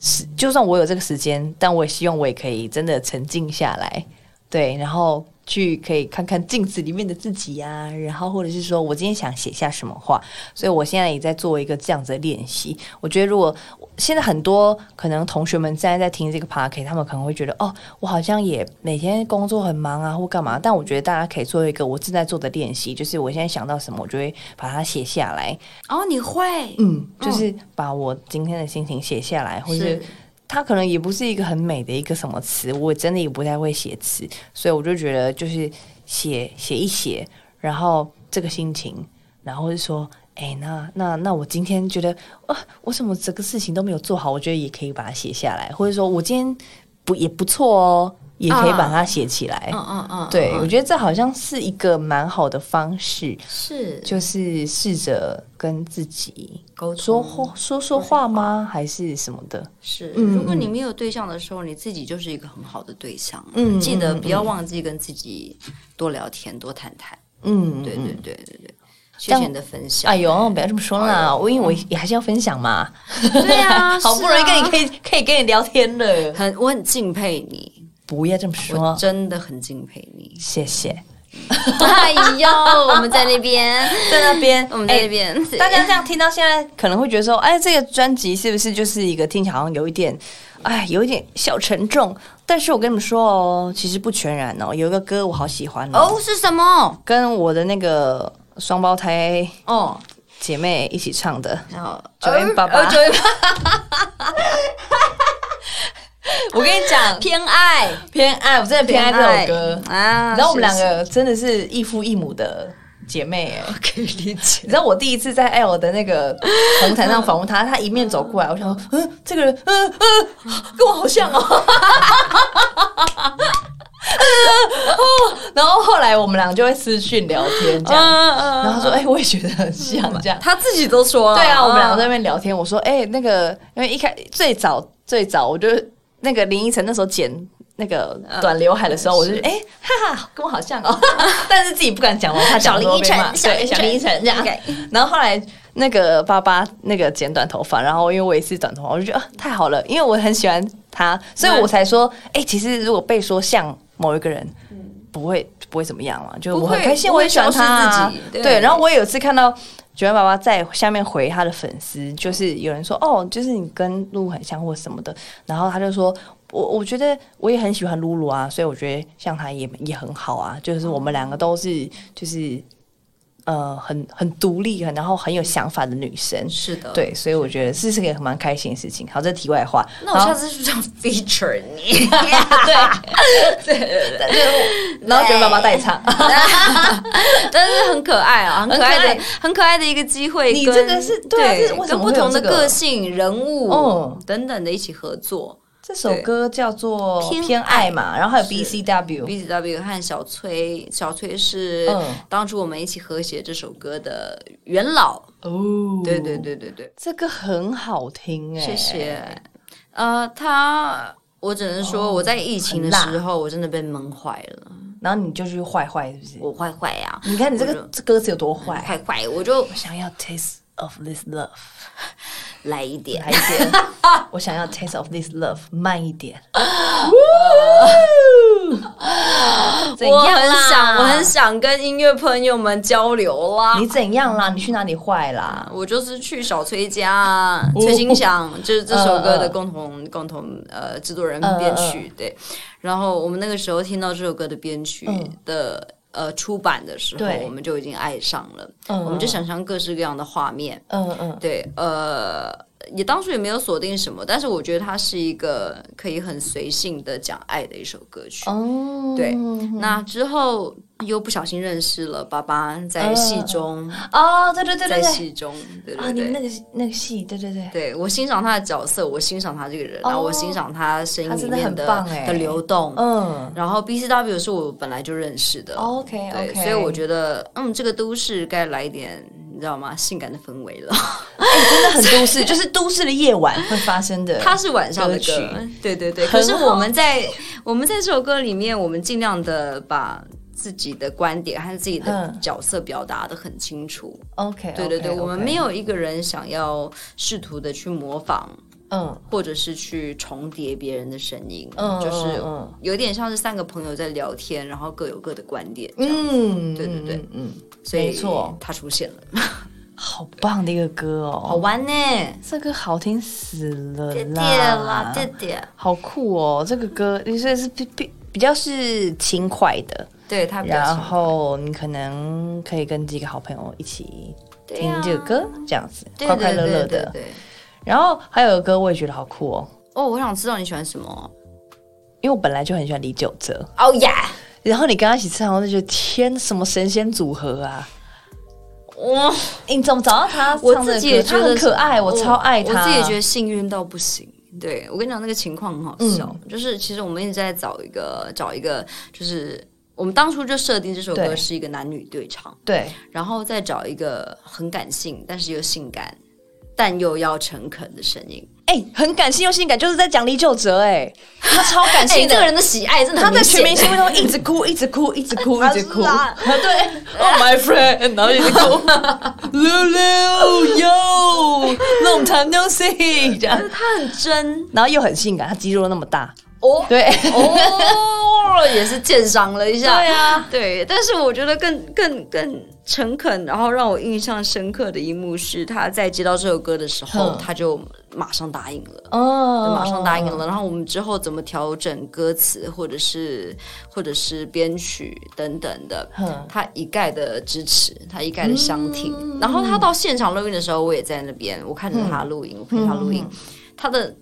时，就算我有这个时间，但我也希望我也可以真的沉静下来，对，然后去可以看看镜子里面的自己呀、然后或者是说我今天想写下什么话，所以我现在也在做一个这样子的练习。我觉得如果现在很多可能同学们现在在听这个 p a r k 他们可能会觉得哦，我好像也每天工作很忙啊或干嘛，但我觉得大家可以做一个我正在做的练习，就是我现在想到什么，我就会把它写下来，哦，你会，嗯，就是把我今天的心情写下来，或是是它可能也不是一个很美的一个什么词，我真的也不太会写词，所以我就觉得就是写写一写，然后这个心情，然后是说，哎、那那那我今天觉得啊，我怎么这个事情都没有做好，我觉得也可以把它写下来，或者说我今天不也不错哦，也可以把它写起来。嗯嗯嗯，对，嗯我觉得这好像是一个蛮好的方式，是就是试着跟自己沟通说话说说话吗？还是什么的？是，嗯如果你没有对象的时候，你自己就是一个很好的对象。嗯记嗯得嗯不要忘记跟自己多聊天、多谈谈。嗯，对嗯对对对对，谢谢你的分享。哎呦，不要这么说啦，我因为我也还是要分享嘛，对啊， 好不容易跟你可以，以可以跟你聊天了，很我很敬佩你，不要这么我说，真的很敬佩你。谢谢。哎呦，我们在 那边，在那边，我们在那边，哎大家这样听到现在，可能会觉得说，哎，这个专辑是不是就是一个听起来好像有一点，哎，有一点小沉重？但是我跟你们说哦，其实不全然哦，有一个歌我好喜欢哦，哦是什么？跟我的那个双胞胎哦，姐妹一起唱的。然后九零八八呃九零八我跟你呃讲，偏爱， 偏爱，我真的偏爱这首歌。啊，然后我们两是个真的是异父异母的姐妹 哎。可以理解。你知道我第一次在 L 的那个红毯上访问他，他一面走过来，我想说，嗯，这个人，嗯嗯，跟我好像哦。 嗯哦然后后来我们俩就会私讯聊天这样，嗯然后他说：“哎、我也觉得很像这样。他自己都说”了，对啊，我们俩在那边聊天，我说：“哎、那个，因为一开最早最早，我就那个林依晨那时候剪那个短刘海的时候，我就觉得哎、哈哈，跟我好像哦， 但是自己不敢讲，我怕讲小了林会依被晨骂，小对小林依晨这样。 OK 然后后来那个爸爸那个剪短头发，然后因为我也是短头发，我就觉得、啊、太好了，因为我很喜欢他，所以我才说，哎、其实如果被说像某一个人，不会不会怎么样嘛，就是不我很会开心，不我会也喜欢他、啊消失自己，对然后我有一次看到。九元爸爸在下面回他的粉丝，就是有人说哦，就是你跟露露很像或什么的，然后他就说，我我觉得我也很喜欢露露啊，所以我觉得像他也也很好啊，就是我们两个都是就是呃很很独立，很然后很有想法的女生。是哦的，。对，所以我觉得这是个蛮开心的事情。好，这题外话。那我下次次是不是要 feature 你？然后 觉得爸爸代唱，但是很可爱啊，很可爱的，很可爱的一个机会跟。你这个是对啊这为什跟么不会有同的这个个性、人物、哦等等的一起合作。这首歌叫做偏《偏爱》嘛，然后还有是 B C W。 B C W 和小崔，小崔是嗯当初我们一起合写这首歌的元老。哦，对对，对对对，这个很好听哎，谢谢。呃，他我只能哦说，我在疫情的很辣时候，我真的被闷坏了，然后你就去坏坏，是不是？我坏坏呀、你看你这个这歌词有多坏，坏坏，我就我想要 taste of this love，来一点来。一 点，我想要 taste of this love，慢一点。怎我样很啦想，我很想跟音乐朋友们交流啦你。怎样啦？你去哪里坏啦？我就是去小崔家啊，哦崔心想就是这首歌的共同、共同呃制作嗯人编曲、对。然后我们那个时候听到这首歌的编曲的、呃出版的时候嗯对，我们就已经爱上了，嗯我们就想象各式各样的画面。嗯嗯，对，呃，也当初也没有锁定什么，但是我觉得它是一个可以很随性的讲爱的一首歌曲。哦，对，那之后又不小心认识了爸爸，在戏中，哦，嗯对对对对在对，戏中，对啊，对你们那对。个那个戏，对对对，对我欣赏他的角色，我欣赏他这个人，然后我欣赏他声哦音他里真的面很的棒哎的流动。嗯哦然后 B C W 是我本来就认识的，OK 对 OK，所以我觉得，嗯，这个都市该来一点，你知道吗？性感的氛围了。真的很都市， 就是都市的夜晚会发生的。它是晚上的歌曲歌，对对对。很可好是我们在我们在这首歌里面，我们尽量的把自己的观点和自己的嗯角色表达的很清楚。 OK，对对对 OK，OK 我们没有一个人想要试图的去模仿，嗯或者是去重叠别人的声音，嗯就是嗯嗯有点像是三个朋友在聊天，然后各有各的观点，嗯，对对对嗯嗯，所以没错它出现了，好棒的一个歌好哦，玩呢、这个好听死了弟弟啦啦，，弟弟，好酷哦，这个歌你这是比比比较是轻快的，对它比较然像后你可能可以跟几个好朋友一起对听啊这个歌，这样子对快快乐乐对对的。对对然后还有一个歌我也觉得好酷哦，哦，我想知道你喜欢什么。因为我本来就很喜欢李玖哲，哦呀，然后你跟他一起唱，我就觉得天，什么神仙组合啊！哇，你怎么找到他唱这我个歌？自己也觉他得哦很可爱，我超爱他。我自己也觉得幸运到不行。对我跟你讲，那个情况很好笑，嗯就是其实我们一直在找一个找一个，就是我们当初就设定这首歌对是一个男女对唱，对，然后再找一个很感性但是又性感。但又要诚恳的声音，哎、很感性又性感，就是在讲李玖哲、哎，他超感哎、性这 的。个人的喜爱真的他很在明全明显。星会中一直哭，一直哭，一直 哭，一直哭。啊对，Oh my friend，然后一直 哭。露露，Yo，long time no see，这样。他很真，然后又很性感，他肌肉那么大， 哦，对，哦，也是鉴赏了一下。对啊，对，但是我觉得更更更诚恳，然后让我印象深刻的一幕是，他在接到这首歌的时候，嗯他就马上答应了。哦就马上答应嗯了，然后我们之后怎么调整歌词，或者是或者是编曲等等的哼，嗯他一概的支持，他一概的相挺。然后他到现场录音的时候，我也在那边，我看着他录嗯音，我陪他录音，他的。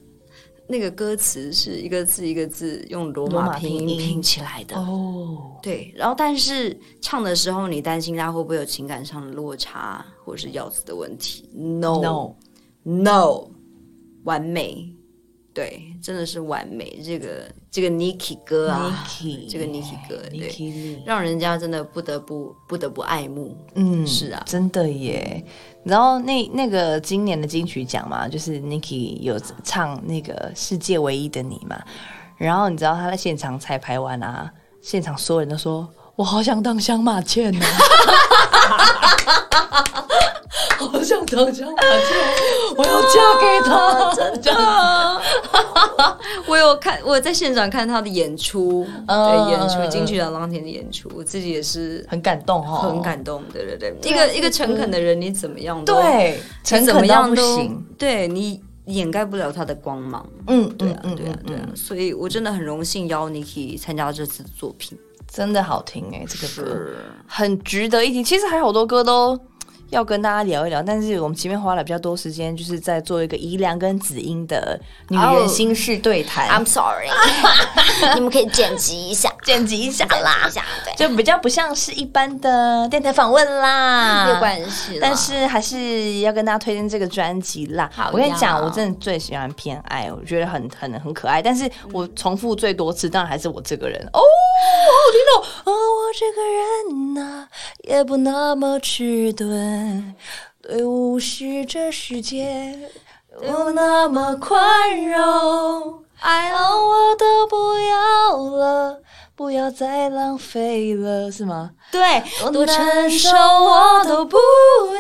那个歌词是一个字一个字用罗罗马马拼拼音音拼起来的，哦，对，然后但是唱的时候，你担心他会不会有情感上的落差，或者是咬字的问题？No no， No，完美，对，真的是完美。这个这个 Niki 哥啊 Niki，这个 Niki 哥，对， Niki，让人家真的不得不不得不爱慕。嗯，是啊真的耶。然后那那个今年的金曲奖嘛，就是 Niki 有唱那个《世界唯一的你》嘛，然后你知道他在现场彩排完啊，现场所有人都说。我好想当香马哦倩 呐、好想当香马倩，我要嫁给他，真的。 我有看，我在现场看他的演出，嗯对，演出金曲奖当天的演出，我自己也是很感动哦，很感动。对对对，一啊个一个诚恳的人，你怎么样都对，你诚怎么恳到样不都行，对你掩盖不了他的光芒。嗯，对啊，嗯对啊，对啊，，嗯嗯所以我真的很荣幸邀 Niki 参加这次作品。真的好听哎、这个歌很值得一提。其实还有好多歌都要跟大家聊一聊，但是我们前面花了比较多时间，就是在做一个宜良跟子英的女人心事对谈 I'm sorry，你们可以剪辑一下，剪辑一下啦一，下对，就比较不像是一般的电台访问啦，没有关系啦，啊但是还是要跟大家推荐这个专辑啦。好呀我跟你讲，我真的最喜欢《偏爱》，我觉得很很很可爱。但是我重复最多次，当然还是我这个人哦，好好听哦。哦，我这个人呐、也不那么迟钝，对我无视这世界，对我那么宽容。爱让我的不要了，不要再浪费了，是吗？对，多承受我都不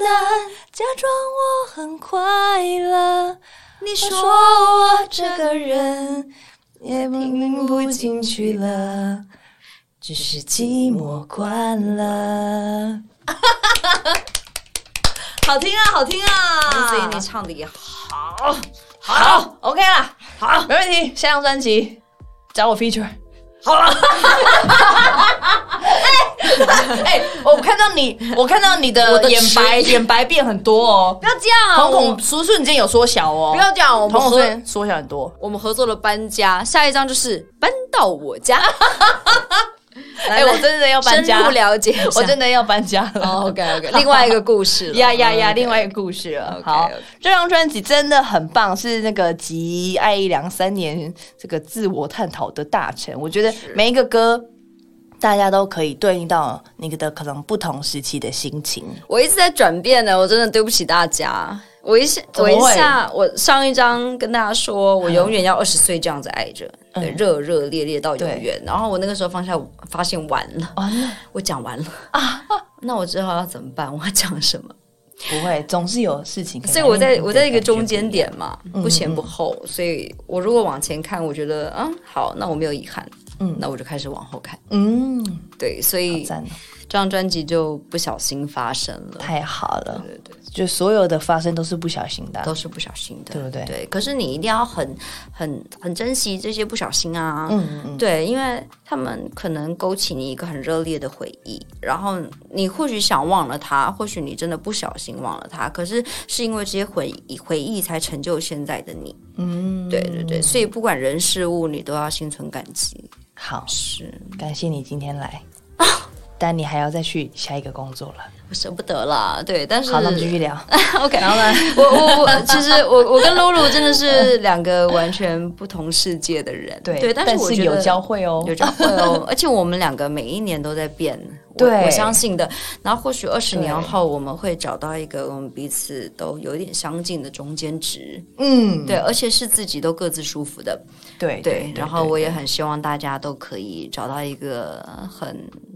难，假装我很快乐。你你说我这个人也听不进去了，只是寂寞惯了。 好听啊，好听啊！所以你唱的也好，好， OK 啦，好，没问题。下张专辑找我 feature。好了， 哎、哎，我看到你，我看到你我的的眼尺白眼白变很多哦，不要这瞳样孔叔瞬间有缩小哦，不要这样我们瞳孔合瞬间缩小很多。我们合作了搬家，下一张就是搬到我家。哎、我真的要搬家，深入了解一下，我真的要搬家了。哦，OK，OK，另 外一个故事了，嗯呀呀 呀！ OK 另外一个故事了。 OK，好 OK，这张专辑真的很棒，是那个集爱一良三年这个自我探讨的大成。我觉得每一个歌，大家都可以对应到你的可能不同时期的心情。我一直在转变呢，我真的对不起大家。我一下，怎我么会一下，我上一章跟大家说，我永远要二十岁这样子爱着，对，热热烈烈到永远。嗯然后我那个时候放下，发现完了，完了，我讲完了啊， 那我知道要怎么办，我要讲什么？不会，总是有事情可以所让你以我嗯感觉不一在样。我在一个中间点嘛，不前不后。所以我如果往前看，我觉得嗯好，那我没有遗憾，嗯，那我就开始往后看。嗯，对，所以这赞哦，张专辑就不小心发生了。太好了！对对。就所有的发生都是不小心的啊，都是不小心的，对不对对，可是你一定要很、很、很珍惜这些不小心啊，嗯嗯，对，因为他们可能勾起你一个很热烈的回忆，然后你或许想忘了他，或许你真的不小心忘了他，可是是因为这些回忆回忆才成就现在的你，嗯，对对对，所以不管人事物，你都要心存感激，好，是啊感谢你今天来，但你还要再去下一个工作了。我舍不得啦，对，但是好，那我们继续聊。 OK，然后呢？ 我我我，其实我我跟露露真的是两个完全不同世界的人，对， 对，但但是我觉得有交汇哦，有交汇哦，而且我们两个每一年都在变，我对我相信的。然后或许二十对年后，我们会找到一个我们彼此都有一点相近的中间值，嗯，对，而且是自己都各自舒服的，对对。然后我也很希望大家都可以找到一个很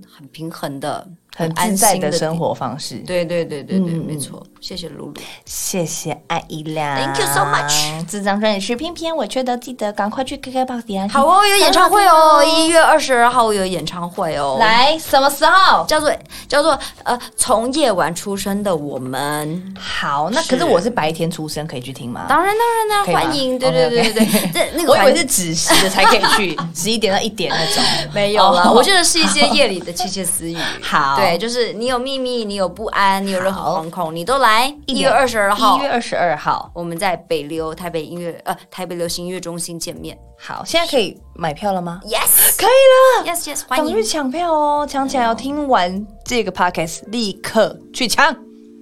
很平衡的。很安自在心的地生活嗯方式。对对对对对，没错，谢谢露露。谢谢爱姨良 Thank you so much 这张专辑是偏偏我缺德，记得赶快去 KKBOX 点啊好哦，有演唱会哦，一月二十二号有演唱会哦，来，什么时候？叫做叫做呃，从夜晚出生的我们，好，那可是我是白天出生，可以去听吗？当然当然啦，可以吗欢迎，对对 OK，OK 对 对 对，这那个我以环为是子时的才可以 去，十一点到一点那种。没有 了，哦我觉得是一些夜里的窃窃私语。好对，就是你有秘密，你有不安，你有任何好惶恐，你都来。一月二十二号一，月二十二号。我们在北流台北音乐呃台北流行音乐中心见面。好，现在可以买票了吗？ Yes 可以了， yes yes，欢赶快去迎，抢票哦！抢起来哦！听完这个 podcast 立刻去抢。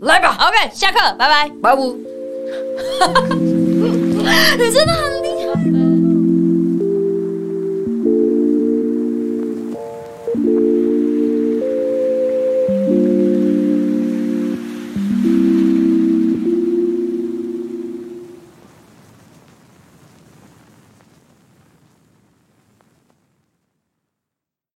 来吧，哦 OK，下课，拜拜。拜拜。你真的很